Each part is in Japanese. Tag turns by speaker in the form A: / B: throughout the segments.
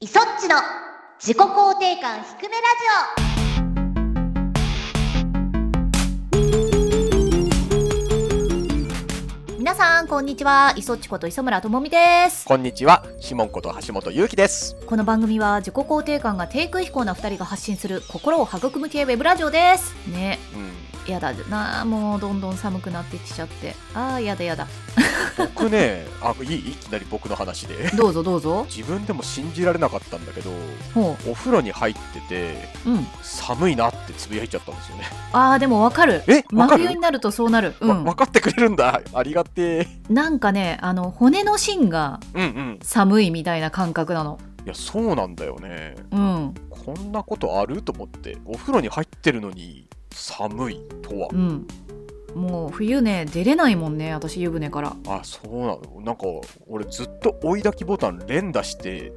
A: イソッチの自己肯定感低めラジ
B: 皆さんこんにちは磯っちこと磯村智美です
C: こんにちは、シモンこと橋本ゆうきです。
B: この番組は自己肯定感が低空飛行な2人が発信する心を育む系ウェブラジオですね
C: うん、
B: やだなあもうどんどん寒くなってきちゃってああやだやだ
C: 僕ね、 あ、いい、いきなり僕の話で。
B: どうぞどうぞ
C: 自分でも信じられなかったんだけど、
B: ほ
C: お風呂に入ってて、
B: ううん
C: 寒いなってつぶやいちゃったんですよね。
B: ああでもわかる
C: え、わ
B: 真
C: か
B: 冬
C: る
B: に。なるとそうなる、う
C: わ、
B: ん
C: 分、かってくれるんだ。ありがてえ。
B: なんかねあの骨の芯が
C: うんうん。
B: 寒いみたいな感覚なの
C: いや、そうなんだよね。
B: うん
C: こんなことあると思って、お風呂に入ってるのに寒いとは
B: う。んもう冬ね出れないもんね私湯船から
C: あ、そうなの。なんか、俺ずっと追い焚きボタン連 打して。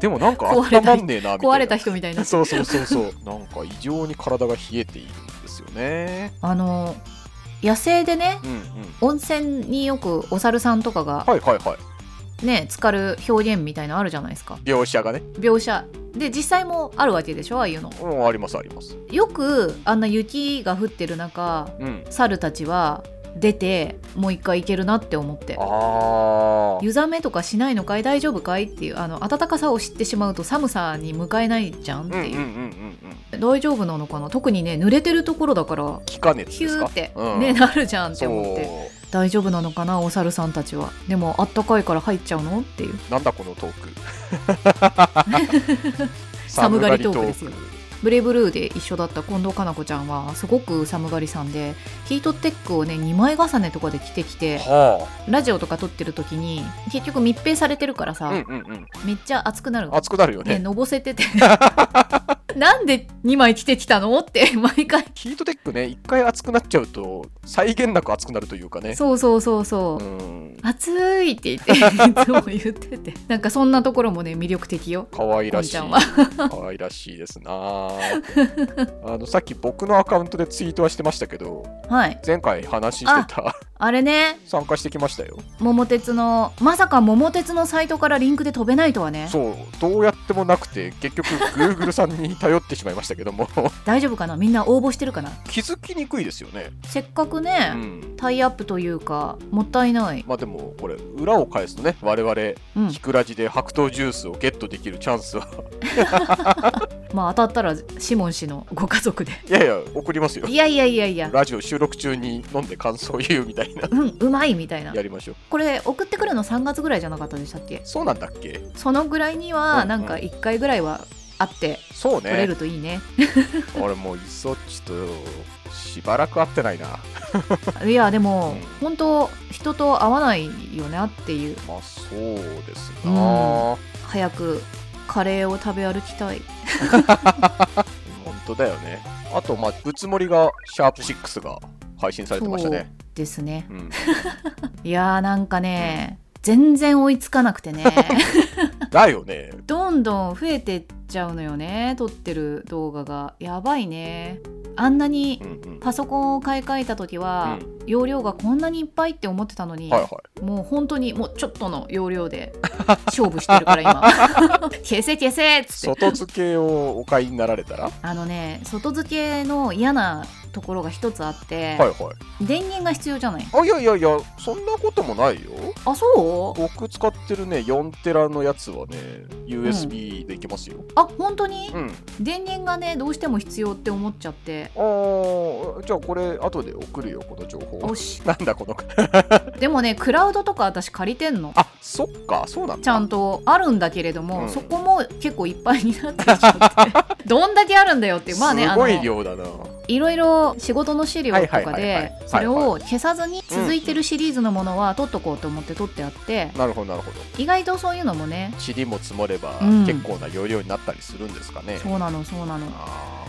C: でもなんか
B: 壊れ
C: 温
B: た
C: まんねえなみたいな。
B: 壊れた人みたいな
C: そうそうそうそう。 なんか異常に体が冷えているんですよね。
B: あの野生でね
C: うんうん。
B: 温泉によくお猿さんとかが
C: はいはいはい。
B: ね浸かる表現みたいのあるじゃないですか
C: 描写がね。
B: 描写で実際もあるわけでしょああいうの
C: うん、ありますあります。
B: よくあんな雪が降ってる中
C: うん。
B: 猿たちは出てもう一回行けるなって思って
C: あー
B: 湯冷めとかしないのかい大丈夫かいっていうあの暖かさを知ってしまうと寒さに向かえないじゃんっ
C: うんうん
B: て
C: う
B: い
C: ん
B: う
C: う、んうん。
B: 大丈夫なのかな特にね濡れてるところだから
C: 気化熱
B: ヒ
C: です
B: ュー
C: か
B: って、
C: うん
B: ねなるじゃんって
C: そ
B: 思って
C: う。
B: 大丈夫なのかなお猿さんたちはでもあったかいから入っちゃうのっていう
C: なんだこのトーク。
B: 寒がりトークですよ
C: 寒がり
B: ブレイブルーで一緒だった近藤かな子ちゃんはすごく寒がりさんでヒートテックをね2枚重ねとかで着てき
C: ト
B: て
C: ークは
B: ラジオとか撮ってる時に結局密閉されてるから
C: あ。
B: さ、
C: うんうんうん。
B: めっちゃ熱くなる
C: 熱くなるよ
B: ね
C: ね。
B: のぼせて てなんで2枚着てきたのって毎回
C: ヒートテックね、一回熱くなっちゃうと、際限なく熱くなるというかね。
B: そうそうそうそうう、
C: ん。
B: 暑いって 言っていつも言っててなんかそんなところもね魅力的よ
C: 可愛らしい
B: こんちゃ。
C: 可愛らしいですなあ。あのさっき僕のアカウントでツイートはしてましたけど、
B: はい
C: 前回話してた
B: あれね
C: 参加してきましたよ。
B: 桃鉄のまさか桃鉄のサイトからリンクで飛べないとはね
C: そうどうやってもなくて結局 Google さんに頼ってしまいましたけども
B: 大丈夫かなみんな応募してるかな
C: 気づきにくいですよね。
B: せっかく
C: う
B: ね、
C: ん。
B: タイアップというかもったいない、
C: まあでもこれ裏を返すとね我々
B: うん
C: ひくらじで白桃ジュースをゲットできるチャンスは
B: まあ当たったらシモン氏のご家族で
C: いやいや送りますよ
B: い。やいやいやいや
C: ラジオ収録中に飲んで感想言うみたいな
B: うんうまいみたいな
C: やりましょう。
B: これ送ってくるの3月ぐらいじゃなかったでしたっけ
C: そうなんだっけ
B: そのぐらいに
C: うん
B: は
C: うん
B: なんか1回ぐらいはあって
C: そう
B: 取れ
C: ね
B: る。といいね
C: 俺もういそっちとしばらく会ってないな。
B: いやでも、
C: うん
B: 本当人と会わないよなっていう
C: まあそうですな、
B: うん
C: 本
B: 早くカレーを食べ歩きたい
C: 当だよねあとまあ「ぶつもり」が「シャープ #6」が配信されてましたね
B: ですね
C: うん、
B: いやーなんかね、全然追いつかなく てね
C: だよね
B: どんどん増えてっちゃうのよね撮ってる動画がやばいねあんなに
C: うんうん
B: パソコンを買い替えた時は、容量がこんなにいっぱいって思ってたのに、
C: はいはい
B: もう本当にもうちょっとの容量で勝負してるから 今消せ消せっつって
C: 外付けをお買いになられたらは
B: あのね外付けの嫌なところが一つあって、
C: いはい
B: 電源が必要じゃない
C: あいやいやいやそんなこともないよ
B: あそう
C: 僕使ってるね4テラのやつはね USB でいけますよ
B: あ本当に
C: うん、
B: 電源がねどうしても必要って思っちゃって
C: あーじゃあこれ後で送るよこの情報
B: おし
C: なんだこの
B: でもねクラウドとか私借りてんの
C: あそっかそうなんだ
B: ちゃんとあるんだけれども、
C: うん
B: そこも結構いっぱいになってきちゃ ってどんだけあるんだよっていうまあね
C: す
B: あ
C: ご
B: の
C: い量だない
B: ろいろ仕事の資料と
C: はい
B: か
C: はいはいはい
B: でそれを消さずに続いてるシリーズのものは取っとこうと思って取ってあって
C: なるほどなるほど
B: 意外とそういうのもね
C: 塵も積もれば
B: うん
C: 結構な容量になったりするんですかね。
B: そうなのそうなの
C: あ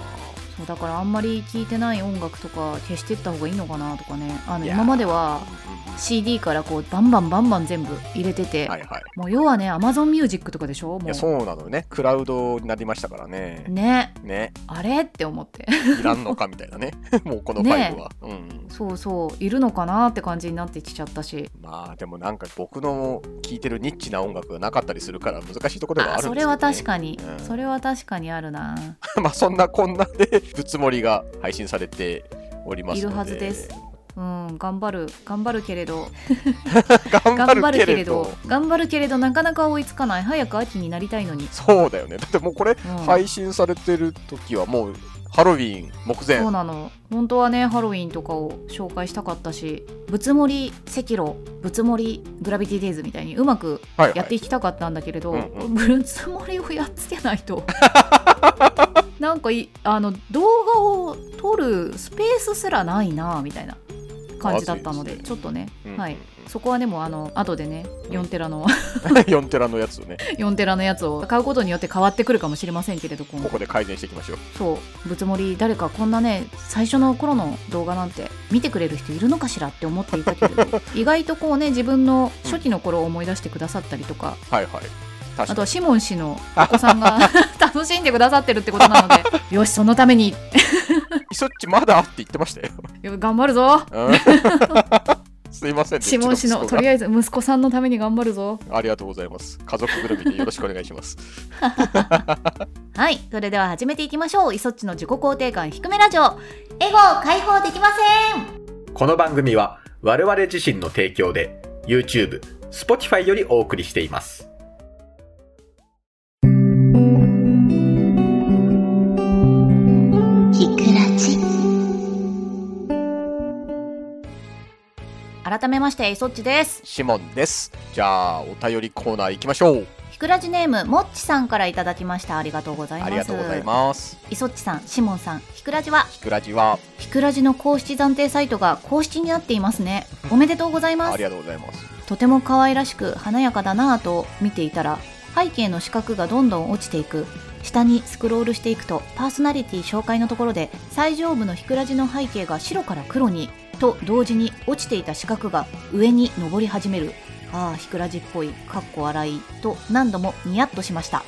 B: そうだからあんまり聴いてない音楽とか消してった方がいいのかなとかねあの
C: いやー
B: 今までは
C: うんうん
B: CD からこうバンバンバンバン全部入れてて、
C: はいはい。
B: もう要はね AmazonMusic とかでしょ
C: い
B: も
C: や、
B: う
C: そうなのよね。クラウドになりましたからね。
B: ね
C: ね。
B: あれって思って
C: いらんのかみたいなね。もうこのファイルは。うん。
B: そうそういるのかなって感じになってきちゃったし
C: まあでもなんか僕の聴いてるニッチな音楽がなかったりするから難しいところではあ
B: あ
C: るん
B: それ
C: ですけど、ね、
B: は確かに、
C: うん
B: それは確かにあるな
C: まあそんなこんなで ぶつもりが配信されておりますので
B: いるはずですうん頑張る頑張るけれど
C: 頑
B: 頑張
C: 張
B: るけ
C: るけ
B: れ
C: れ
B: ど
C: ど
B: 頑張るけれどなかなか追いつかない早く秋になりたいのに、
C: そうだよねだってもうこれ
B: うん
C: 配信されてる時はもうハロウィン目前
B: そうなの本当はねハロウィンとかを紹介したかったし「ぶつもり赤炉」「ぶつもりグラビティ・デイズ」みたいにうまく
C: はいは
B: やって
C: い
B: いきたかったんだけれど、
C: うんう
B: ぶつもりをやっつけない となんかいあの動画を撮るスペースすらないなみたいな感じだったので
C: まずいですね
B: ちょっとね、
C: うん
B: はいそこはでもあの後でね4テラの
C: 4テラのやつをね
B: 4テラのやつを買うことによって変わってくるかもしれませんけれど今後
C: ここで改善していきましょう
B: そうぶつもり誰かこんなね最初の頃の動画なんて見てくれる人いるのかしらって思っていたけれ ど意外とこうね自分の初期の頃を思い出してくださったりとか
C: はいはい
B: あ
C: 確
B: と
C: か
B: はシモン氏のお子さんが 楽しんでくださってるってことなの でよしそのために
C: にそっちまだって言ってましたよ、
B: よ頑張るぞ
C: うんすいませんね
B: シモン氏
C: う
B: の
C: ち息子
B: と
C: が
B: りあえず息子さんのために頑張るぞ
C: ありがとうございます家族ぐるみでよろしくお願いします
B: はいそれでは始めていきましょういそっちの自己肯定感低めラジオ
A: エゴを解放できません
D: この番組は我々自身の提供で YouTube、Spotify よりお送りしています。
A: ひくらち
B: 改めましていそっちです
C: シモンですじゃあお便りコーナー行きましょう
B: ひくらじネームもっちさんからいただきましたありがとうございます
C: ありがとうございます
B: イソッチさん、シモンさん、ひくらじは、
C: ひくらじは
B: ひくらじの公式暫定サイトが公式になっていますね。おめでとうございま
C: あ
B: す。
C: りがとうございます
B: とても可愛らしく華やかだなぁと見ていたら、背景の四角がどんどん落ちていく。下にスクロールしていくと、パーソナリティ紹介のところで、最上部のひくらじの背景が白から黒に、と同時に落ちていた四角が上に上り始める。ああ、ひくらじっぽい、かっこ笑い、と何度もニヤッとしました。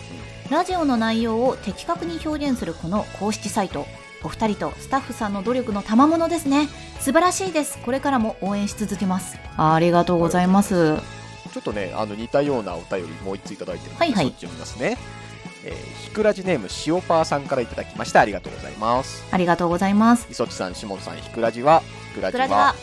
B: ラジオの内容を的確に表現するこの公式サイト。お二人とスタッフさんの努力の賜物ですね。素晴らしいです。これからも応援し続けます。ありがとうございます。
C: ちょっとね、あの似たようなお便りもう一ついただいてるので、
B: はいはい
C: そっち読みますね。えー、ひくらじネーム塩パーさんからいただきましてありがとうございます。
B: ありがとうございます。
C: 磯地さん、しもんさん、ひくらじは、ひくら
B: ひく
C: じ
B: らじは
C: は、、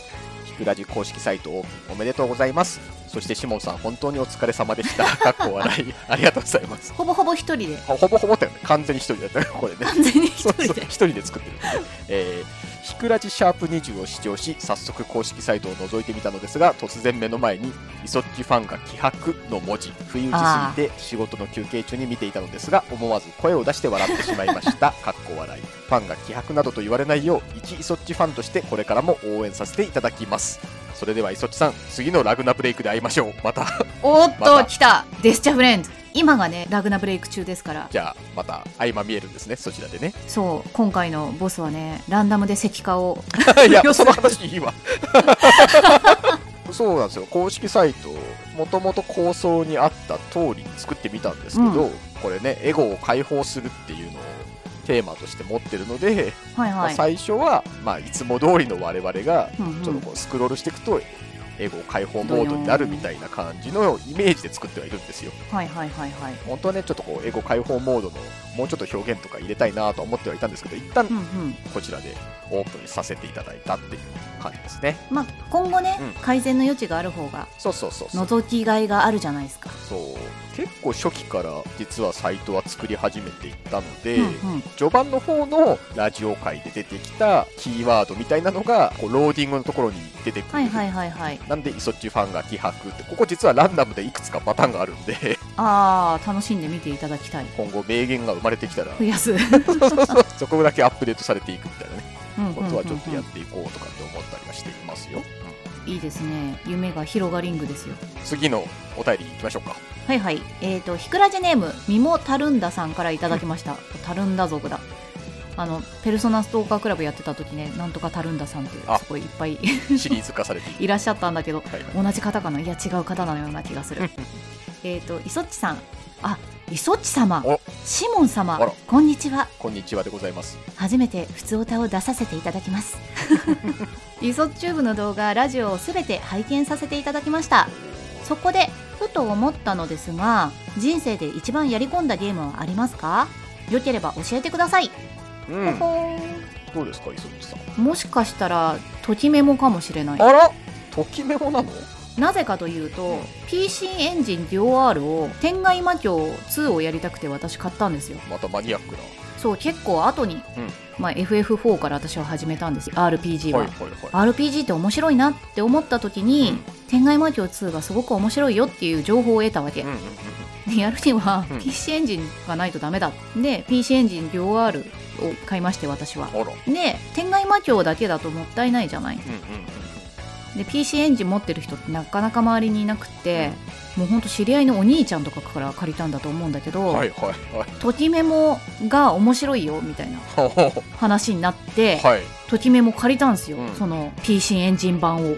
C: ひくらじ公式サイトオープンおめでとうございます。そしてしもんさん、本当にお疲れ様でした。かっこ笑い、ありがとうございます。
B: ほぼほぼ一人で、
C: ほほぼほぼだよね。完全に一人だったよね、これね。
B: 完全に一
C: そう
B: 人
C: そう
B: で
C: 一。人で作ってるんで、えーひくらじシャープ20を視聴し早速公式サイトを覗いてみたのですが突然目の前に「イソッチファンが希薄」の文字不意打ちすぎて仕事の休憩中に見ていたのですが思わず声を出して笑ってしまいましたかっこ笑いファンが希薄などと言われないよう一イソッチファンとしてこれからも応援させていただきますそれではイソッチさん次のラグナブレイクで会いましょうまた
B: おーっ
C: ま
B: と、
C: た
B: 来たデスチャフレンズ今がね、ラグナブレイク中ですから、
C: じゃあまた合間見えるんですねそちらでね
B: そう、今回のボスはね、ランダムで石化を、
C: いやその話いいわ そうなんですよ公式サイトもともと構想にあった通りに作ってみたんですけど、これねエゴを解放するっていうのをテーマとして持ってるので、
B: はい
C: まあ
B: はい。
C: 最初は、まあ、いつも通りの我々が
B: うんうん
C: ちょっとこうスクロールしていくとエゴ解放モードになるみたいな感じのイメージで作ってはいるんですよ
B: はいはいはいはい。
C: 本当はねちょっとこうエゴ解放モードのもうちょっと表現とか入れたいなとは思ってはいたんですけど一旦
B: うんうん。
C: こちらでオープンさせていただいたっていう感じですね
B: まあ、今後ね、
C: う
B: 改善の余地がある方が
C: そうそうそうそう
B: 覗きがいがあるじゃないですか。
C: そう結構初期から実はサイトは作り始めていったので、
B: うんうん、
C: 序盤の方のラジオ界で出てきたキーワードみたいなのがこうローディングのところに出てくる、
B: はいはいはいはい。
C: なんでイソッチファンが気迫ってここ実はランダムでいくつかパターンがあるん で
B: ああ、楽しんで見ていただきたい。
C: 今後名言が生まれてきたら
B: 増 やす。うん
C: そこだけアップデートされていくみたいなね
B: うん
C: ことはちょっとや
B: う
C: っ
B: ん
C: ていこうとかって思ったりはしていますよ、
B: うんいいですね。夢が広がリングですよ。
C: 次のお便り行きましょうか
B: はいはい。 えっ、と、ひくらじネーム、みもたるんださんからいただきました。たるんだ族だ。あのペルソナストーカークラブやってた時ねなんとかたるんださんっていう
C: あ
B: すごいいっぱい
C: シリーズ化されている。
B: いらっしゃったんだけど
C: はいはい
B: 同じ方かないや違う方のような気がするえっとイソッチさんあイソッチ様
C: お
B: シモン様
C: あら
B: こんにちは
C: こんにちはでございます。
B: 初めて普通歌を出させていただきます イソチューブの動画ラジオをすべて拝見させていただきましたそこでふと思ったのですが人生で一番やり込んだゲームはありますか良ければ教えてください、
C: うん。
B: ほほー
C: どうですか、磯口さん。
B: もしかしたらときメモかもしれない
C: あらときメモなの
B: なぜかというと PC エンジン DOR を天外魔境2をやりたくて私買ったんですよ
C: またマニアックな。
B: そう結構後に、まあ、FF4 から私は始めたんですよ RPG は、
C: はいはいは
B: RPG って面白いなって思った時に、
C: うん
B: 天外魔境2がすごく面白いよっていう情報を得たわけ、
C: い。うんうんうん
B: でやるには
C: うん
B: PC エンジンがないとダメだで PC エンジン 2R を買いまして私は
C: あら。うんうん
B: で天外魔境だけだともったいないじゃない
C: うん
B: で PC エンジン持ってる人ってなかなか周りにいなくって、もうほんと知り合いのお兄ちゃんとかから借りたんだと思うんだけど、
C: うん。はいはいはい。
B: ときメモが面白いよみたいな
C: ほほほ
B: 話になって、
C: はい。
B: ときメモ借りたんですよ、
C: うん
B: その PC エンジン版を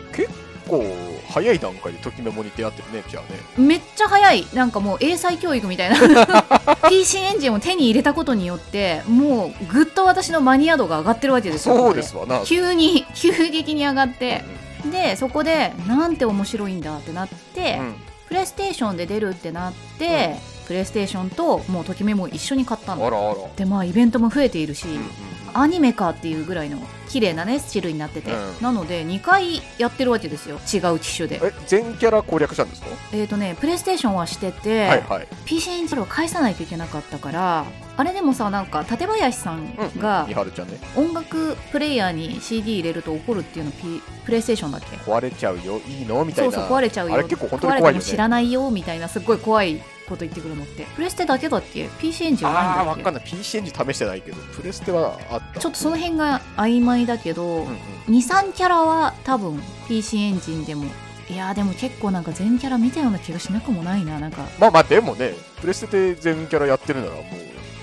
C: こう早い段階でときメモに出会ってるねじゃあね
B: めっちゃ早いなんかもう英才教育みたい な PC エンジンを手に入れたことによってもうぐっと私のマニア度が上がってるわけですよ
C: そうですわな
B: これ急に急激に上がって
C: うん
B: でそこでなんて面白いんだってなって、
C: うん
B: プレイステーションで出るってなって、プレイステーションともうときめも一緒に買った
C: あ
B: の
C: らあら
B: でまあイベントも増えているし、
C: うんうん
B: アニメかっていうぐらいの綺麗なねスチルになってて、
C: うん
B: なので2回やってるわけですよ違う機種で
C: え全キャラ攻略したんですか
B: えっ、とねプレイステーションはしてて、
C: はいはい
B: PC エンジンを返さないといけなかったからあれでもさなんか館林さん
C: うんうん
B: が
C: みはるちゃんね
B: 音楽プレイヤーに CD 入れると怒るっていうの、P、プレイステーションだっけ
C: 壊れちゃうよいいのみた
B: そ
C: いう
B: そう
C: な
B: 壊れちゃうよ
C: あれ結構本当に
B: 壊れ
C: 怖
B: て
C: いよ
B: も
C: ね
B: 知らないよみたいなすっごい怖いこと言ってくるのってプレステだけだっけ PC エンジンは
C: あ
B: な
C: あ
B: いん
C: わ
B: だっ
C: か
B: け
C: んない PC エンジン試してないけどプレステはあった
B: ちょっとその辺が曖昧だけど、
C: うんうん
B: 23キャラは多分 PC エンジンでもいやーでも結構なんか全キャラ見たような気がしなくもないななんか
C: まあまあでもねプレステで全キャラやってるならもう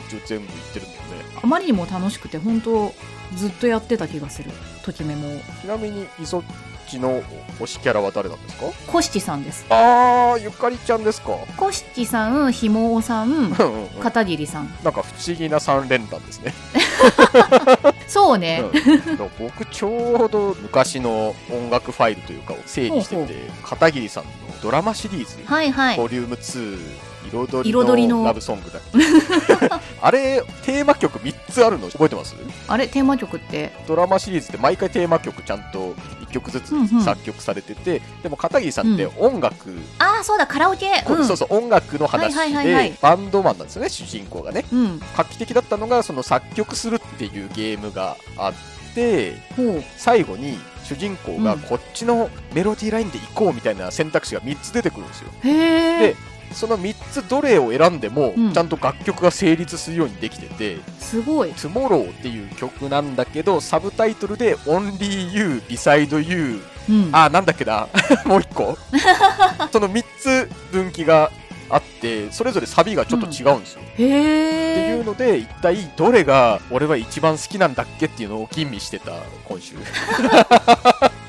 C: 一応全部いってるもんね
B: あまりにも楽しくて本当ずっとやってた気がするときめもを
C: ちなみにイソッチの推しキャラは誰なんですか
B: コシチさんです
C: ああゆかりちゃんですか
B: コシチさんひもおさん
C: うんうんうん
B: 片桐さん
C: なんか不思議な三連弾ですね
B: そうね、
C: うんでも僕ちょうど昔の音楽ファイルというかを整理してて片桐さんのドラマシリーズ、
B: はいはい
C: ボリューム2彩
B: 彩
C: り
B: り
C: の
B: の
C: ラブソングだっけ あれテーマ曲3つあるの覚えてます
B: あれテーマ曲って
C: ドラマシリーズって毎回テーマ曲ちゃんと1曲ず
B: うんう
C: つ
B: ん
C: 作曲されてて、でも片桐さんって音楽、
B: ああそうだカラオケ
C: こ
B: うん
C: そうそう音楽の話で、
B: はいはいはいはい
C: バンドマンなんですよね主人公がね
B: うん
C: 画期的だったのがその作曲するっていうゲームがあって
B: ほう
C: 最後に主人公が
B: うん
C: こっちのメロディーラインで行こうみたいな選択肢が3つ出てくるんですよ
B: へ
C: で
B: え
C: その3つどれを選んでも
B: うん
C: ちゃんと楽曲が成立するようにできてて
B: すごい
C: 「Tomorrow」っていう曲なんだけどサブタイトルで「Only You」「Beside You
B: うん」
C: あーなんだっけな もう1個 その3つ分岐があってそれぞれサビがちょっと違うんですよ、
B: へ
C: ってい
B: え
C: うので一体どれが俺は一番好きなんだっけっていうのを吟味してた 今週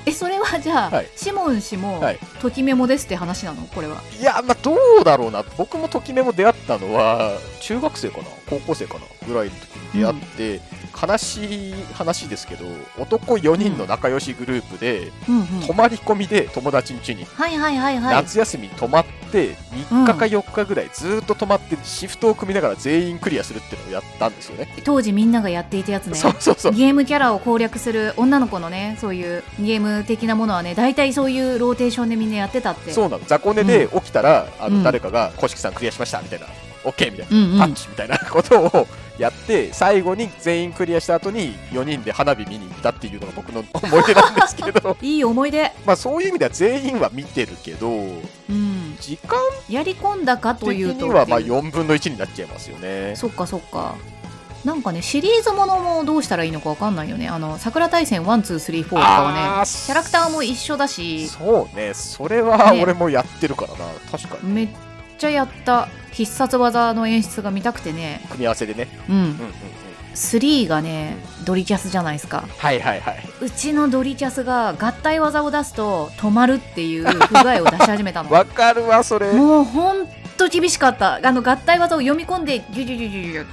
B: えそれはじゃあ、
C: はい
B: シモン氏も、
C: はい
B: ときメモですって話なのこれはい
C: やまあどうだろうな僕もときめも出会ったのは中学生かな高校生かなぐらいの時に出会って、悲しい話ですけど男4人の仲良しグループで、
B: うんうん
C: 泊まり込みで友達ん家に、
B: はいはいはいはい
C: 夏休みに泊まって3日か4日ぐらいずっと泊まってシフトを組みながら全員クリアするっていうのをやったんですよね
B: 当時みんながやっていたやつね
C: そうそうそう
B: ゲームキャラを攻略する女の子のねそういうゲーム的なものはね大体そういうローテーションでみんなやってたって
C: そうなの雑魚寝で起きたら、あ
B: う
C: の
B: ん
C: 誰かが「公式さんクリアしました」みたいな「OK」みたいな。
B: うんうん
C: タッチみたいな ことをやって最後に全員クリアした後に4人で花火見に行ったっていうのが僕の思い出なんです けど
B: いい思い出、
C: まあそういう意味では全員は見てるけど
B: うん、
C: 時間
B: やり込んだかと
C: 的
B: いうと
C: にはまあ
B: っていう
C: 4分の1になっちゃいますよね
B: そっかそっかなんかねシリーズものもどうしたらいいのかわかんないよねあの桜大戦1234とかはね
C: あ
B: キャラクターも
C: い
B: 一緒だし
C: そうねそれは
B: ね
C: 俺もやってるからな確かに
B: めっちゃやった必殺技の演出が見たくてね
C: 組み合わせでね
B: うん
C: うんうんうん
B: 3がねドリキャスじゃないですか
C: はいはいはい。
B: うちのドリキャスが合体技を出すと止まるっていう不具合を出し始めたの
C: わかるわ、それ。
B: もうほんと厳しかったあの合体技を読み込んでギュギュギュギュギュっ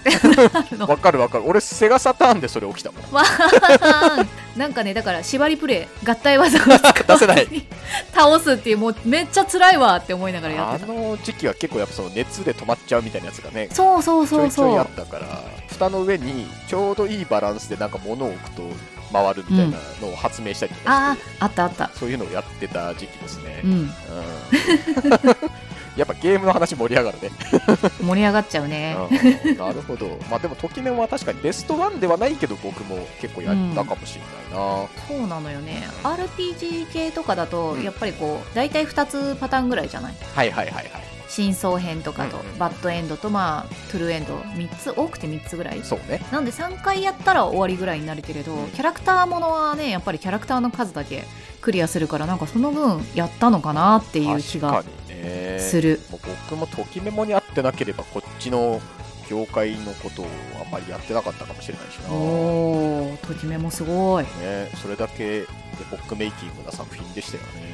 B: てなるの
C: わかるわかる。俺、セガサターンでそれ起きたもん。
B: わーなんかねだから縛りプレイ合体技を使わずに
C: 出せない
B: 倒すっていうもうめっちゃ辛いわって思いながらやっ
C: あ
B: てた
C: の時期は結構やっぱその熱で止まっちゃうみたいなやつがね、
B: そうそう
C: ちょ
B: そう
C: いちょい
B: そ
C: あ
B: う
C: ったから、蓋の上にちょうどいいバランスでなんか物を置くと回るみたいなのを発明したりとか
B: あ
C: して、
B: ああったあった
C: そういうのをやってた時期ですね。
B: うん
C: うん やっぱゲームの話盛り上がるね。
B: 盛り上がっちゃうね
C: うんなるほど。まあでも、ときめんは確かにベストワンではないけど、僕も結構やったかもしれないな。
B: そうなのよね RPG 系とかだと
C: うん
B: やっぱりこう大体2つパターンぐらいじゃない
C: はいはいはいはい。
B: 真相編とかと
C: うんうん
B: バッドエンドとまあトゥルーエンド3つ多くて3つぐらい
C: そうね。
B: なんで3回やったら終わりぐらいになるけれど
C: うん
B: キャラクターものはねやっぱりキャラクターの数だけクリアするからなんかその分やったのかなっていう気が
C: 確かにね。
B: する
C: もう僕もときメモに合ってなければこっちの業界のことをあんまりやってなかったかもしれないしな、ね、
B: おーときめもすごい
C: それだけエポックメイキングな作品でしたよね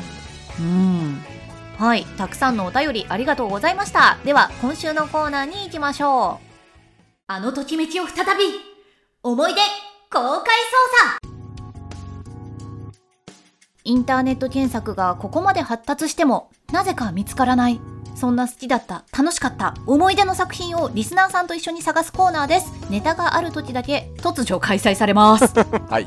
B: うんはいたくさんのお便りありがとうございましたでは今週のコーナーに行きましょう
A: あのときめきを再び思い出公開
B: インターネット検索がここまで発達してもなぜか見つからないそんな好きだった楽しかった思い出の作品をリスナーさんと一緒に探すコーナーですネタがある時だけ突如開催されます
C: はい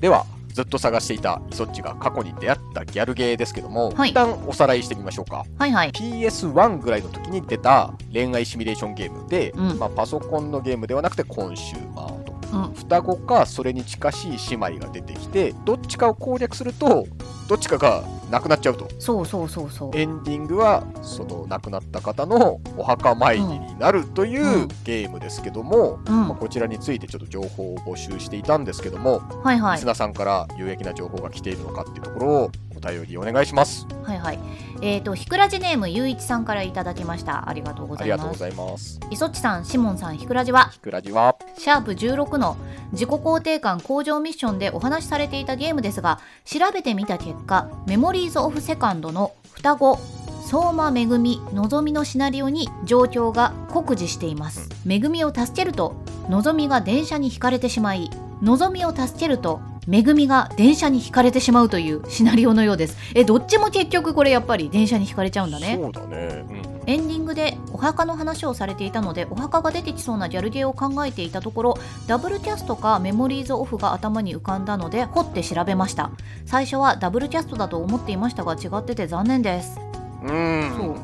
C: ではずっと探していたイソッチが過去に出会ったギャルゲーですけども、
B: はい
C: 一旦おさらいしてみましょうか
B: はいはい
C: PS1 ぐらいの時に出た恋愛シミュレーションゲームで、
B: うん
C: まあ、パソコンのゲームではなくてコンシューマーと、
B: うん
C: 双子かそれに近しい姉妹が出てきてどっちかを攻略するとどっちかがなくなっちゃうと
B: そうそうそうそう
C: エンディングはその亡くなった方のお墓参りになるとい
B: うん
C: うゲームですけども、
B: うん
C: まあこちらについてちょっと情報を募集していたんですけども、
B: はいは
C: リ
B: い
C: スナーさんから有益な情報が来ているのかっていうところをお便りお願いします。
B: はいはいえーとひくらじネームゆういちさんからいただきましたありがとうご
C: あ
B: ざ
C: り
B: い
C: がとう
B: ま
C: ご
B: す
C: ざいます。
B: いそっちさんしもんさんひくらじは
C: ひくらじは
B: シャープ16の自己肯定感向上ミッションでお話しされていたゲームですが調べてみた結果メモリーズ・オフ・セカンドの双子相馬めぐみのぞみのシナリオに状況が酷似していますめぐみを助けるとのぞみが電車にひかれてしまいのぞみを助けるとめぐみが電車にひかれてしまうというシナリオのようですえどっちも結局これやっぱり電車にひかれちゃうんだね
C: そうだね。うん
B: エンディングでお墓の話をされていたのでお墓が出てきそうなギャルゲーを考えていたところダブルキャストかメモリーズオフが頭に浮かんだので掘って調べました最初はダブルキャストだと思っていましたが違ってて残念です
C: うん。
B: そう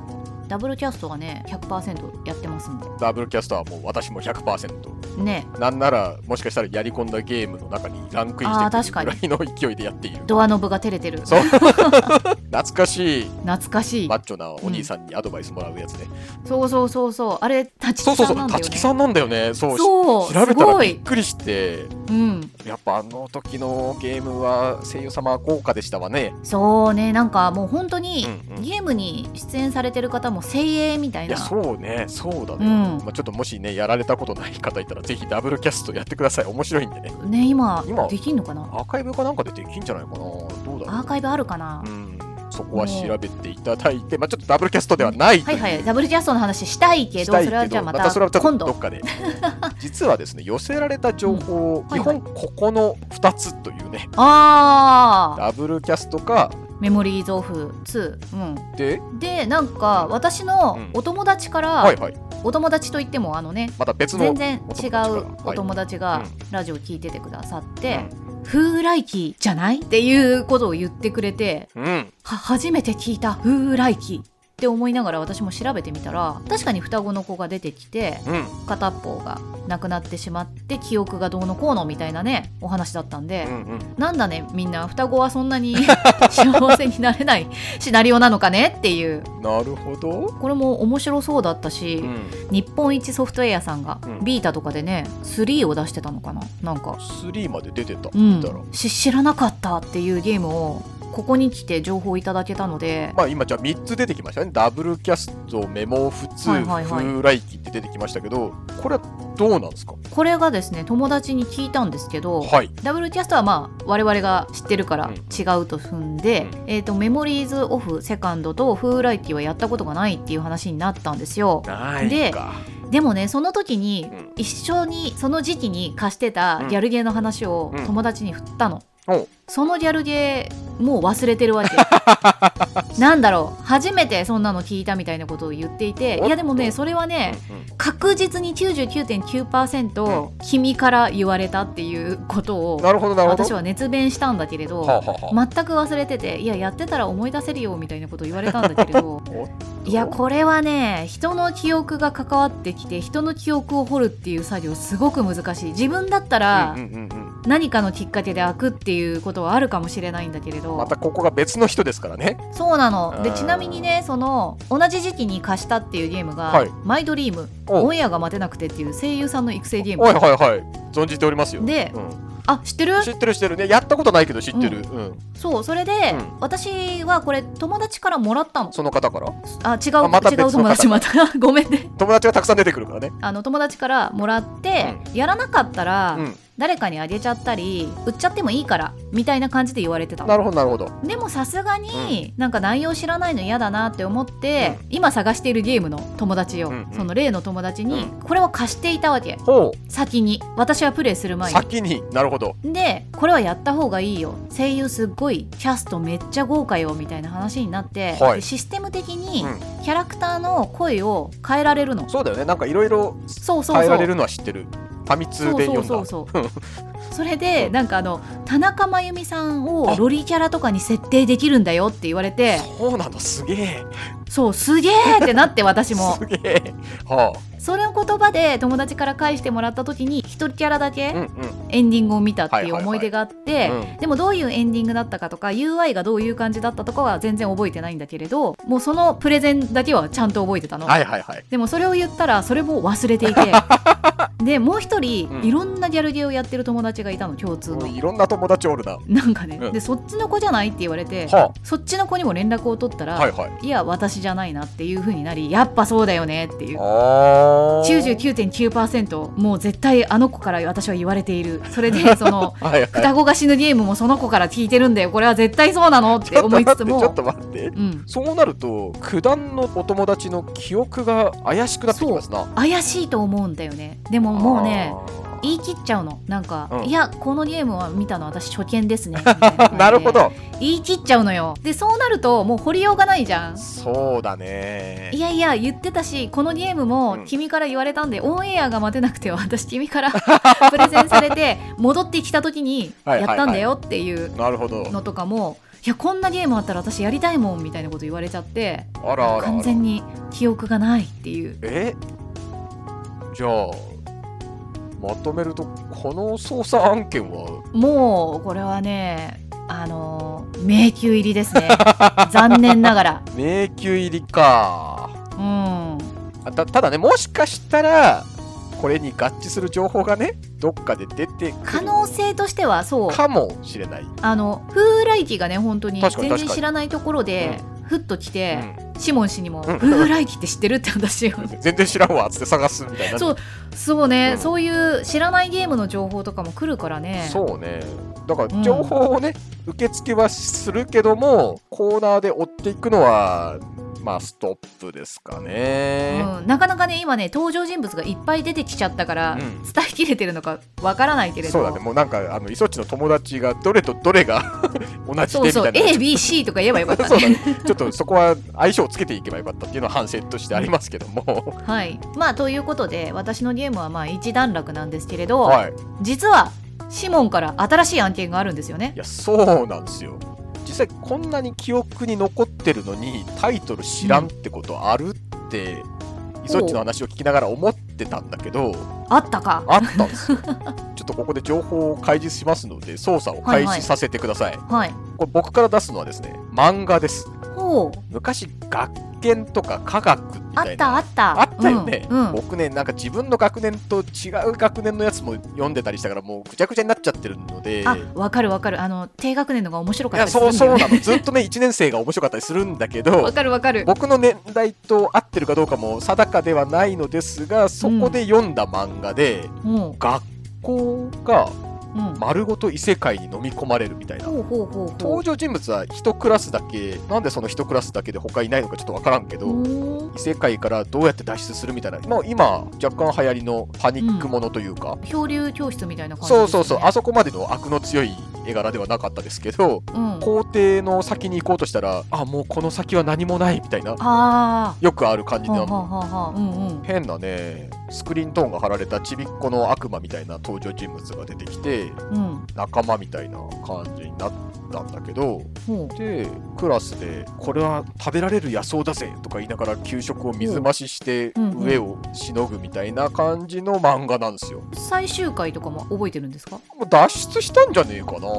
B: ダブルキャストがね100%やってますんで
C: ダブルキャスターはもう私も100%。
B: ね
C: なんならもしかしたらやり込んだゲームの中にランクインして
B: あー確か
C: くるぐらいの勢いでやってい る。
B: ドアノブが照れてる
C: そう懐かしい
B: 懐かしい、
C: マッチョなお兄さんにアドバイスもらうやつね。
B: そうそうそうそうあれ立
C: そう
B: 木
C: そ
B: さ
C: うそ
B: んな
C: う、
B: んだよね
C: 立木さんなんだよね。そう。
B: そう
C: 調べ
B: す
C: たら
B: ご
C: びっ
B: い
C: くりして、
B: うん
C: やっぱあの時のゲームは声優様は豪華でしたわね。
B: そうねなんかもう本当に
C: うんうん
B: ゲームに出演されてる方も精鋭みたい
C: い
B: な
C: や、そうね、そうだね。
B: うん
C: まあ、ちょっともしね、やられたことない方いたら、ぜひダブルキャストやってください。面白いんでね。
B: ね今
C: 今
B: できんのかな
C: アーカイブかなんかでできんじゃないかな。どうだろ
B: アーカイブあるかな、
C: う。うん、そこは調べていただいて、まあ、ちょっとダブルキャストではないと
B: はいいうはいダブルジャストの話したいけど
C: したい
B: それはじゃあま
C: またそれはち
B: た
C: ょっと
B: 今
C: ど
B: 度
C: っかで 実はですね寄せられた情報を
B: は
C: 基
B: いはい
C: 本ここの2つというね
B: ああ
C: ダブルキャストか
B: メモリーズオフ2、
C: で
B: うん、でなんか私のお友達から、
C: はいはい
B: お友達といってもあのね
C: また別の
B: 全然違うお友達が
C: はい
B: ラジオ聞いててくださっ
C: う
B: て
C: ん
B: 「風来期じゃない?」っていうことを言ってくれて
C: うん、
B: は初めて聞いた風来期って思いながら私も調べてみたら確かに双子の子が出てきて
C: うん、
B: 片っぽがなくなってしまって記憶がどうのこうのみたいなねお話だったんで
C: う、ん、うん。
B: なんだねみんな双子はそんなに 幸せになれないシナリオなのかねっていう
C: なるほど。
B: これも面白そうだったし、
C: うん、
B: 日本一ソフトウェアさんが
C: うん
B: ビータとかでね3を出してたのかななんか。
C: 3まで出てた。
B: うん
C: 見たら、
B: し知らなかったっていうゲームをここに来て情報をいただけたので、
C: まあ今じゃあ3つ出てきましたねダブルキャストメモ普通、
B: はいはいはい
C: 風来期って出てきましたけどこれはどうなんですか
B: これがですね友達に聞いたんですけど、
C: はい
B: ダブルキャストはまあ我々が知ってるから
C: うん
B: 違うと踏んで、
C: う
B: えー、とメモリーズオフセカンドとフーライティはやったことがないっていう話になったんですよ
C: ない
B: で
C: か
B: でもねその時に
C: うん
B: 一緒にその時期に貸してた
C: うん
B: ギャルゲーの話を
C: うん
B: 友達に振ったの、
C: お
B: そのギャルゲーもう忘れてるわ けなんだろう初めてそんなの聞いたみたいなことを言っていて
C: おっと
B: いやでもねそれはね、確実に99.9%君から言われたっていうことを
C: なるほどなるほど
B: 私は熱弁したんだけれど、
C: はあはあはあ
B: 全く忘れてていややってたら思い出せるよみたいなことを言われたんだけれど
C: おっ
B: いやこれはね人の記憶が関わってきて人の記憶を掘るっていう作業すごく難しい自分だったら
C: うんうんうんうん
B: 何かのきっかけで開くっていうことはあるかもしれないんだけれど、
C: またここが別の人ですからね
B: そうなので
C: うん
B: ちなみにねその同じ時期に貸したっていうゲームが「
C: はい
B: マイドリーム
C: お
B: オンエアが待てなくて」っていう声優さんの育成ゲーム
C: はいはいはい存じておりますよ
B: で
C: うん
B: あ知ってる
C: 知ってる知ってるねやったことないけど知ってるうん
B: そうそれで、
C: うん
B: 私はこれ友達からもらったの
C: その方から
B: あ違う
C: あまた
B: 違
C: 別の
B: う友達
C: 方
B: また ごめんね
C: 友達がたくさん出てくるからね
B: あの友達からもらって、やらなかったら、
C: うん
B: 誰かにあげちゃったり売っちゃってもいいからみたいな感じで言われてた
C: なるほどなるほど
B: でもさすがに、なんか内容知らないの嫌だなって思って、今探しているゲームの友達を、
C: うんうん
B: その例の友達に、
C: う
B: これを貸していたわけ
C: ほ
B: 先に私はプレイする
C: う
B: 前に
C: 先になるほど
B: でこれはやった方がいいよ声優すっごいキャストめっちゃ豪華よみたいな話になって、
C: はい
B: でシステム的に
C: うん
B: キャラクターの声を変えられるの、
C: そうだよねなんかいろいろ
B: そうそうそう
C: 変えられるのは知ってるファミ通
B: そう
C: で
B: そう
C: 読
B: んそう
C: だ
B: そう それでなんかあの田中真由美さんをロリキャラとかに設定できるんだよって言われて
C: そうなのすげえ
B: そうすげーってなって私も
C: すげえは
B: それを言葉で友達から返してもらった時に一人キャラだ
C: あ
B: け
C: うんうん
B: エンディングを見たって
C: はいいうはいは
B: 思
C: い
B: い出があって、
C: うん
B: でもどういうエンディングだったかとか UI がどういう感じだったとかは全然覚えてないんだけれどもうそのプレゼンだけはちゃんと覚えてたの、
C: はいはいはい
B: でもそれを言ったらそれも忘れてい てでもう一人、
C: うん
B: いろんなギャルゲーをやってる友達がいたの共通
C: もう
B: の
C: いろんな友達おるな
B: なんかね、
C: うん
B: でそっちの子じゃないって言われて
C: は
B: そっちの子にも連絡を取ったら、
C: あはいはい
B: い、や私じゃないなっていう風になりやっぱそうだよねっていう
C: あー
B: 99.9%もう絶対あの子から私は言われているそれでその
C: はいはい
B: 双子が死ぬゲームもその子から聞いてるんだよこれは絶対そうなのっ
C: ち
B: て
C: ょっ
B: 思
C: と
B: い
C: 待
B: つ
C: っ
B: つ
C: て
B: も
C: ちょっと待って
B: うん、
C: そうなると九段のお友達の記憶が怪しくなってきますな
B: 怪しいと思うんだよねでももうね
C: あー
B: 言い切っちゃうのなんか、
C: うん
B: いやこのゲームは見たの私初見 ですねみたいな感じで
C: なるほど
B: 言い切っちゃうのよでそうなるともう掘りようがないじゃん
C: そうだね
B: いやいや言ってたしこのゲーム
C: う
B: も
C: ん
B: 君から言われたんで、オンエアが待てなく て私君からプレゼンされて戻ってきた時に
C: はい
B: や
C: はい
B: っ
C: は
B: た
C: い
B: んだよっていう
C: なるほど
B: のとかもいやこんなゲームあったら私やりたいもんみたいなこと言われちゃって
C: あらあらあ
B: 完
C: ら
B: 全に記憶がないっていう
C: えじゃあまとめるとこの捜査案件は
B: もうこれはねあのー迷宮入りです ね残念ながら
C: 迷宮入りか
B: うん
C: あたただねもしかしたらこれに合致する情報がねどっかで出てくる
B: 可能性としてはそう
C: かもしれない、
B: あの風来機がね本当に
C: 確かに
B: 全然
C: 確かに
B: 知らないところでふっと来て、
C: う
B: シモン氏にも「
C: うん
B: 風来機って知ってる?」って 話を
C: ん全然知らんわっつって探すみたいな
B: そうそうね、
C: うん
B: そういう知らないゲームの情報とかも来るからね
C: そうねだか
B: うん
C: ら情報をね、受付はするけどもコーナーで追っていくのはまあストップですかね、
B: ん、なかなかね今ね登場人物がいっぱい出てきちゃったから、
C: うん
B: 伝えきれてるのかわからないけれど
C: そうだねもうなんかあのイソッチの友達がどれとどれが 同じで
B: そう
C: み
B: そ
C: た
B: う
C: いな
B: ABC とか言えばよかった
C: そうだ
B: ね。
C: ねちょっとそこは相性をつけていけばよかったっていうのは反省としてありますけども
B: はい、まあということで私のゲームはまあ一段落なんですけれど、
C: はい
B: 実はシモンから新しい案件があるんですよね
C: い。やそうなんですよ実際こんなに記憶に残ってるのにタイトル知らんってことあるって、イソッチの話を聞きながら思ってたんだけど
B: あったか
C: あった んですよちょっとここで情報を開示しますので操作を開始させてください、
B: はい。
C: これ僕から出すのはですね漫画です
B: ほう。
C: 昔学験とか科学み
B: あ
C: た
B: っ
C: い
B: た
C: な
B: あった
C: あったよね、
B: うん、うん
C: 僕ねなんか自分の学年と違う学年のやつも読んでたりしたからもうぐちゃぐちゃになっちゃってるので
B: あわかるわかるあの低学年のが面白
C: い
B: かった
C: や
B: りす
C: そ
B: る
C: うん
B: だ
C: そう
B: よね
C: なのずっとね1年生が面白かったりするんだけ
B: わ
C: ど
B: かるわかる
C: 僕の年代と合ってるかどうかも定かではないのですがそこで読んだ漫画で、
B: も
C: 学校が
B: う、うん、
C: 丸ごと異世界に飲み込まれるみたいな
B: ほうほうほうほう
C: 登場人物は一クラスだけなんでその一クラスだけで他いないのかちょっと分からんけど、
B: おー
C: 異世界からどうやって脱出するみたいな、まあ、今若干流行りのパニックものというか、
B: 漂流教室みたいな感じ
C: そうそうそうあ
B: あ
C: そこまでの悪の強い絵柄ではなかったですけど
B: うん
C: 校庭の先に行こうとしたらあもうこの先は何もないみたいな
B: あ
C: よくある感
B: ー
C: じ
B: はあ
C: の
B: はあはあはあうんうん
C: 変なねスクリーントーンが貼られたちびっこの悪魔みたいな登場人物が出てきて
B: うん
C: 仲間みたいな感じになったんだけど
B: ほう
C: でクラスで「これは食べられる野草だぜ」とか言いながら給食を水増しして
B: うんうん
C: 上をしのぐみたいな感じの漫画なんですよ。
B: 最終回とかも覚えてるんですか
C: もう脱出したんじゃねえかな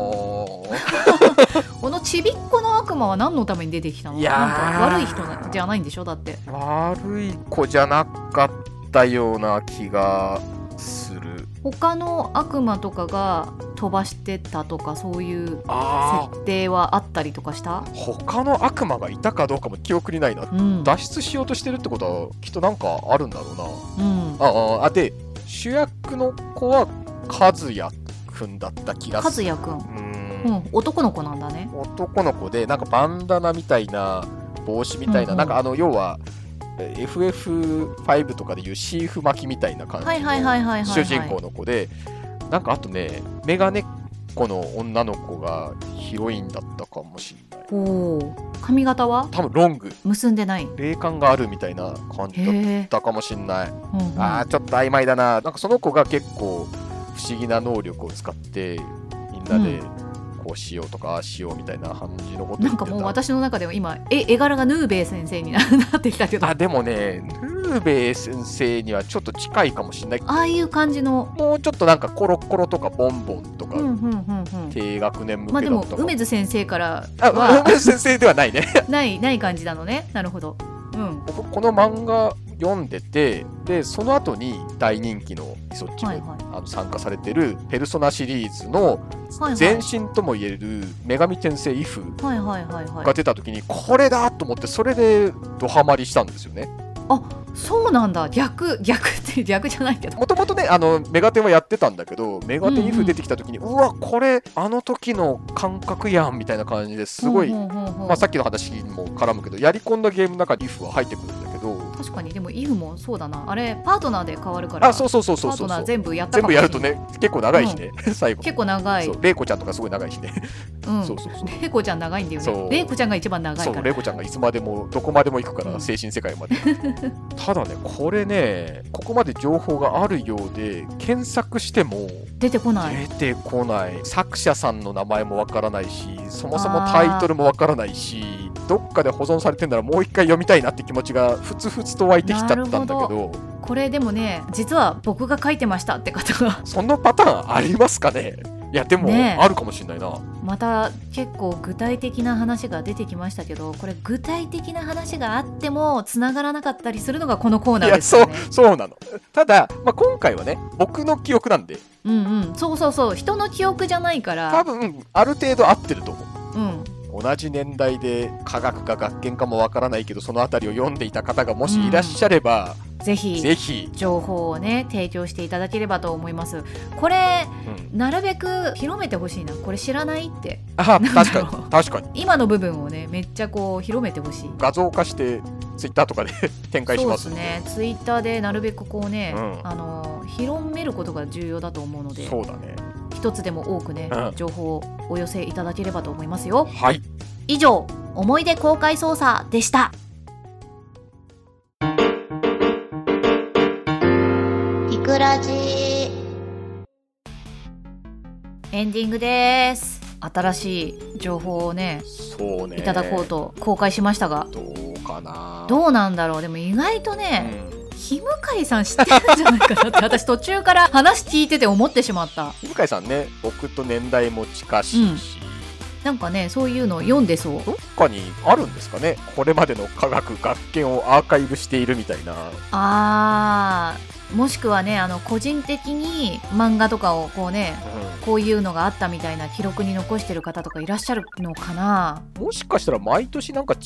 B: このちびっこの悪魔は何のために出てきたの
C: いやー
B: なんか悪い人なじゃないんでしょだって
C: 悪い子じゃなかったような気がする。
B: 他の悪魔とかが飛ばしてたとかそういう
C: ああ
B: 設定はあったりとかした
C: 他の悪魔がいたかどうかも記憶にないな。
B: うん
C: 脱出しようとしてるってことはきっとなんかあるんだろうな。
B: うん
C: あああで主役の子は和也くんだった気が
B: 和
C: する。
B: 也くん
C: うーん
B: うん男の子なんだね
C: 男の子でなんかバンダナみたいな帽子みたいな、
B: うんうん
C: なんかあの要はえー FF5 とかでいうシーフ巻きみたいな感じ
B: はいはいはいはいはいはい
C: の主人公の子でなんかあとねメガネっ子の女の子がヒロインだったかもしれない
B: ほう髪型は
C: 多分ロング
B: 結んでない
C: 霊感があるみたいな感
B: へ
C: じだっ
B: え、
C: たかもしれない、
B: うんうん
C: あーちょっと曖昧だななんかその子が結構不思議な能力を使ってみんなでこうしようとかああしようみたいな感じのこと
B: なん
C: 言って
B: かもう
C: た
B: 私の中では今え絵柄がヌーベイ先生にななってきたけどあ
C: あでもねヌーベイ先生にはちょっと近いかもしれない
B: あいう感じの
C: もうちょっとなんかコロコロとかボンボンとか、
B: うんうんうんうん
C: 低学年
B: ま
C: 向
B: あ
C: け
B: で
C: だ
B: も
C: ったかも
B: 梅津先生から
C: あ
B: は
C: 梅津 先生ではないね
B: ないない感じなのねなるほどうん
C: 僕この漫画読んでてでその後に大人気のイソッチに、
B: はいはい
C: あの参加されてる「ペルソナ」シリーズの
B: はいはい
C: 前身ともいえる「女神転生イフ
B: はいはいはい」は
C: が
B: い
C: 出た時にこれだと思ってそれでドハマりしたんですよね
B: そうなんだ逆逆って逆じゃないけど
C: もともとねあのメガテンはやってたんだけどメガテンイフ出てきた時に、うわこれあの時の感覚やんみたいな感じですごい、
B: ほうほうほうほう
C: まあ、さっきの話にも絡むけどやり込んだゲームの中にイフは入ってくるんだけど
B: 確かにでもイフもそうだなあれパートナーで変わるから
C: あそうそうそうそう
B: パー
C: そ
B: ト
C: う
B: ナー全部やった
C: 全
B: か
C: 部
B: もしれ
C: や
B: な
C: る
B: い
C: とね結構長いしね、 最後
B: 結構長い
C: そう玲子ちゃんとかすごい長いしね、
B: うん
C: そうそうそう
B: レイコちゃん長いんだよ
C: そう
B: ねレイコちゃんが一番長い
C: そ
B: か
C: う
B: ら
C: 玲子ちゃんがいつまでもどこまでも行くか
B: う
C: ら
B: ん
C: 精神世界まで ただねこれねここまで情報があるようで検索しても
B: 出てこない
C: 出てこない作者さんの名前もわからないしそもそもタイトルもわからないしどっかで保存されてんならもう一回読みたいなって気持ちがふつふつと湧いてきちゃったんだけ
B: なる
C: ど
B: ほこれでもね実は僕が書いてましたって方が
C: そのパターンありますかねいやでも、
B: ねえ
C: あるかもしれないな
B: また結構具体的な話が出てきましたけどこれ具体的な話があってもつながらなかったりするのがこのコーナ
C: い
B: ー
C: や
B: ですよ
C: そう
B: ね
C: そうなのただ、まあ、今回はね僕の記憶なんで
B: うんうんそうそうそう人の記憶じゃないか
C: 多
B: ら
C: 分ある程度合ってると思う
B: うん
C: 同じ年代で科学か学研かもわからないけどその辺りを読んでいた方がもしいらっしゃれば、
B: ぜひ
C: ぜひ、
B: 情報をね提供していただければと思いますこれ
C: うん、
B: なるべく広めてほしいなこれ知らないって
C: あ確か
B: なんだろ
C: に
B: う
C: 確かに
B: 今の部分をねめっちゃこう広めてほしい
C: 画像化してツイッターとかで 展開します
B: そうですねツイッターでなるべくこうね、
C: うん
B: あの広めることが重要だと思うので
C: そうだね
B: 一つでも多くね、
C: うん
B: 情報をお寄せいただければと思いますよ
C: はい
B: 以上思い出公開捜査でした
A: ひくらじ
B: エンディングです新しい情報をね
C: そうね
B: いただこうと公開しましたが、
C: どうかなう、
B: どうなんだろうでも意外と
C: う
B: ね、
C: ん
B: ひむかいさん知ってるんじゃないかなって私途中から話聞いてて思ってしまった
C: 向井さんね僕と年代も近しいし、
B: なんかねそういうのを読んでそう
C: どっかにあるんですかねこれまでの科学学研をアーカイブしているみたいな
B: あーもしくはねあの個人的に漫画とかをこうねこういうのがあったみたいな記録に残してる方とかいらっしゃるのかな
C: もしかしたら毎年なんか違う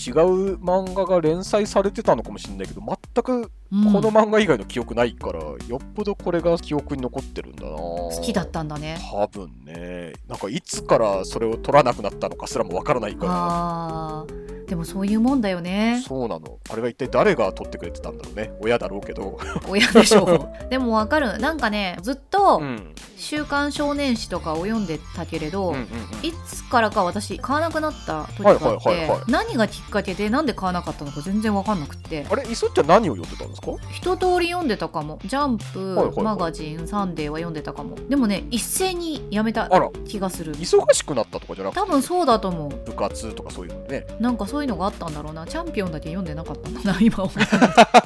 C: 漫画が連載されてたのかもしれないけど全く
B: うん
C: この漫画以外の記憶ないから、よっぽどこれが記憶に残ってるんだな好
B: 好きだったんだね
C: 多分ねなんかいつからそれを取らなくなったのかすらもわからないか
B: あーでもそういうもんだよ
C: ら
B: ね
C: そうなのあれは一体誰が取ってくれてたんだろうね親だろうけど
B: 親でしょ うでもわかるなんかねずっと
C: ん
B: 「週刊少年誌」とかを読んでたけれど、
C: うんうん
B: いつからか私買わなくなった時
C: はい
B: があって、
C: はいはいはい
B: 何がきっかけでなんで買わなかったのか全然わかんなくって
C: あれ磯っちゃん何を読んでたんですか
B: 一通り読んでたかも「ジャンプ」
C: はいはいはい
B: マガジン「サンデー」は読んでたかもでもね一斉にやめた
C: あら
B: 気がする
C: 忙しくなったとかじゃなくて
B: 多分そうだと思う
C: 部活とかそういうのね
B: なんかそういうのがあったんだろうなチャンピオンだけ読んでなかったんだな 今思ったんですけど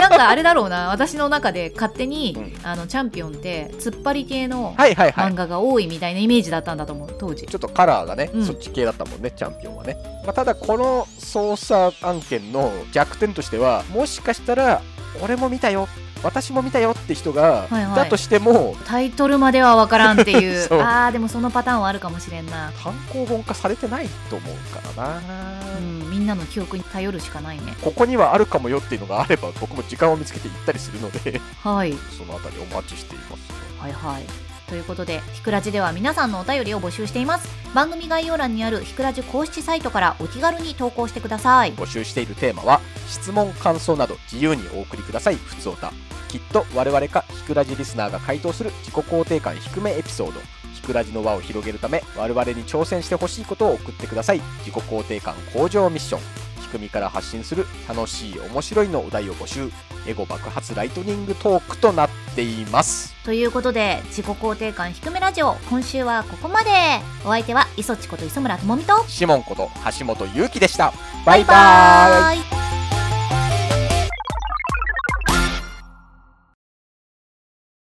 B: なんかあれだろうな私の中で勝手に、
C: う
B: あのチャンピオンって突っ張り系の
C: はいはい
B: 漫画が多いみたいなイメージだったんだと思う当時
C: ちょっとカラーがね、
B: うん
C: そっち系だったもんね、チャンピオンはね。まあ、ただ、この捜査案件の弱点としては、もしかしたら、俺も見たよ、私も見たよって人が、
B: はいはい
C: だとしても、
B: タイトルまでは分からんっていう
C: そう
B: あーでもそのパターンはあるかもしれんな、
C: 単行本化されてないと思うからな。
B: うん、みんなの記憶に頼るしかないね
C: ここにはあるかもよっていうのがあれば、僕も時間を見つけて行ったりするので、
B: はい
C: そのあたりお待ちしています。
B: はいはいということでひくらじでは皆さんのお便りを募集しています番組概要欄にあるひくらじ公式サイトからお気軽に投稿してください
C: 募集しているテーマは質問感想など自由にお送りくださいふつおたきっと我々かひくらじリスナーが回答する自己肯定感低めエピソードひくらじの輪を広げるため我々に挑戦してほしいことを送ってください自己肯定感向上ミッションひくみから発信する楽しい面白いのお題を募集エゴ爆発ライトニングトークとなっています
B: ということで自己肯定感低めラジオ今週はここまでお相手は磯地こと磯村智美と
C: シモンこと橋本ゆうきでしたバ
B: バ
C: イバーイ
B: イバーイ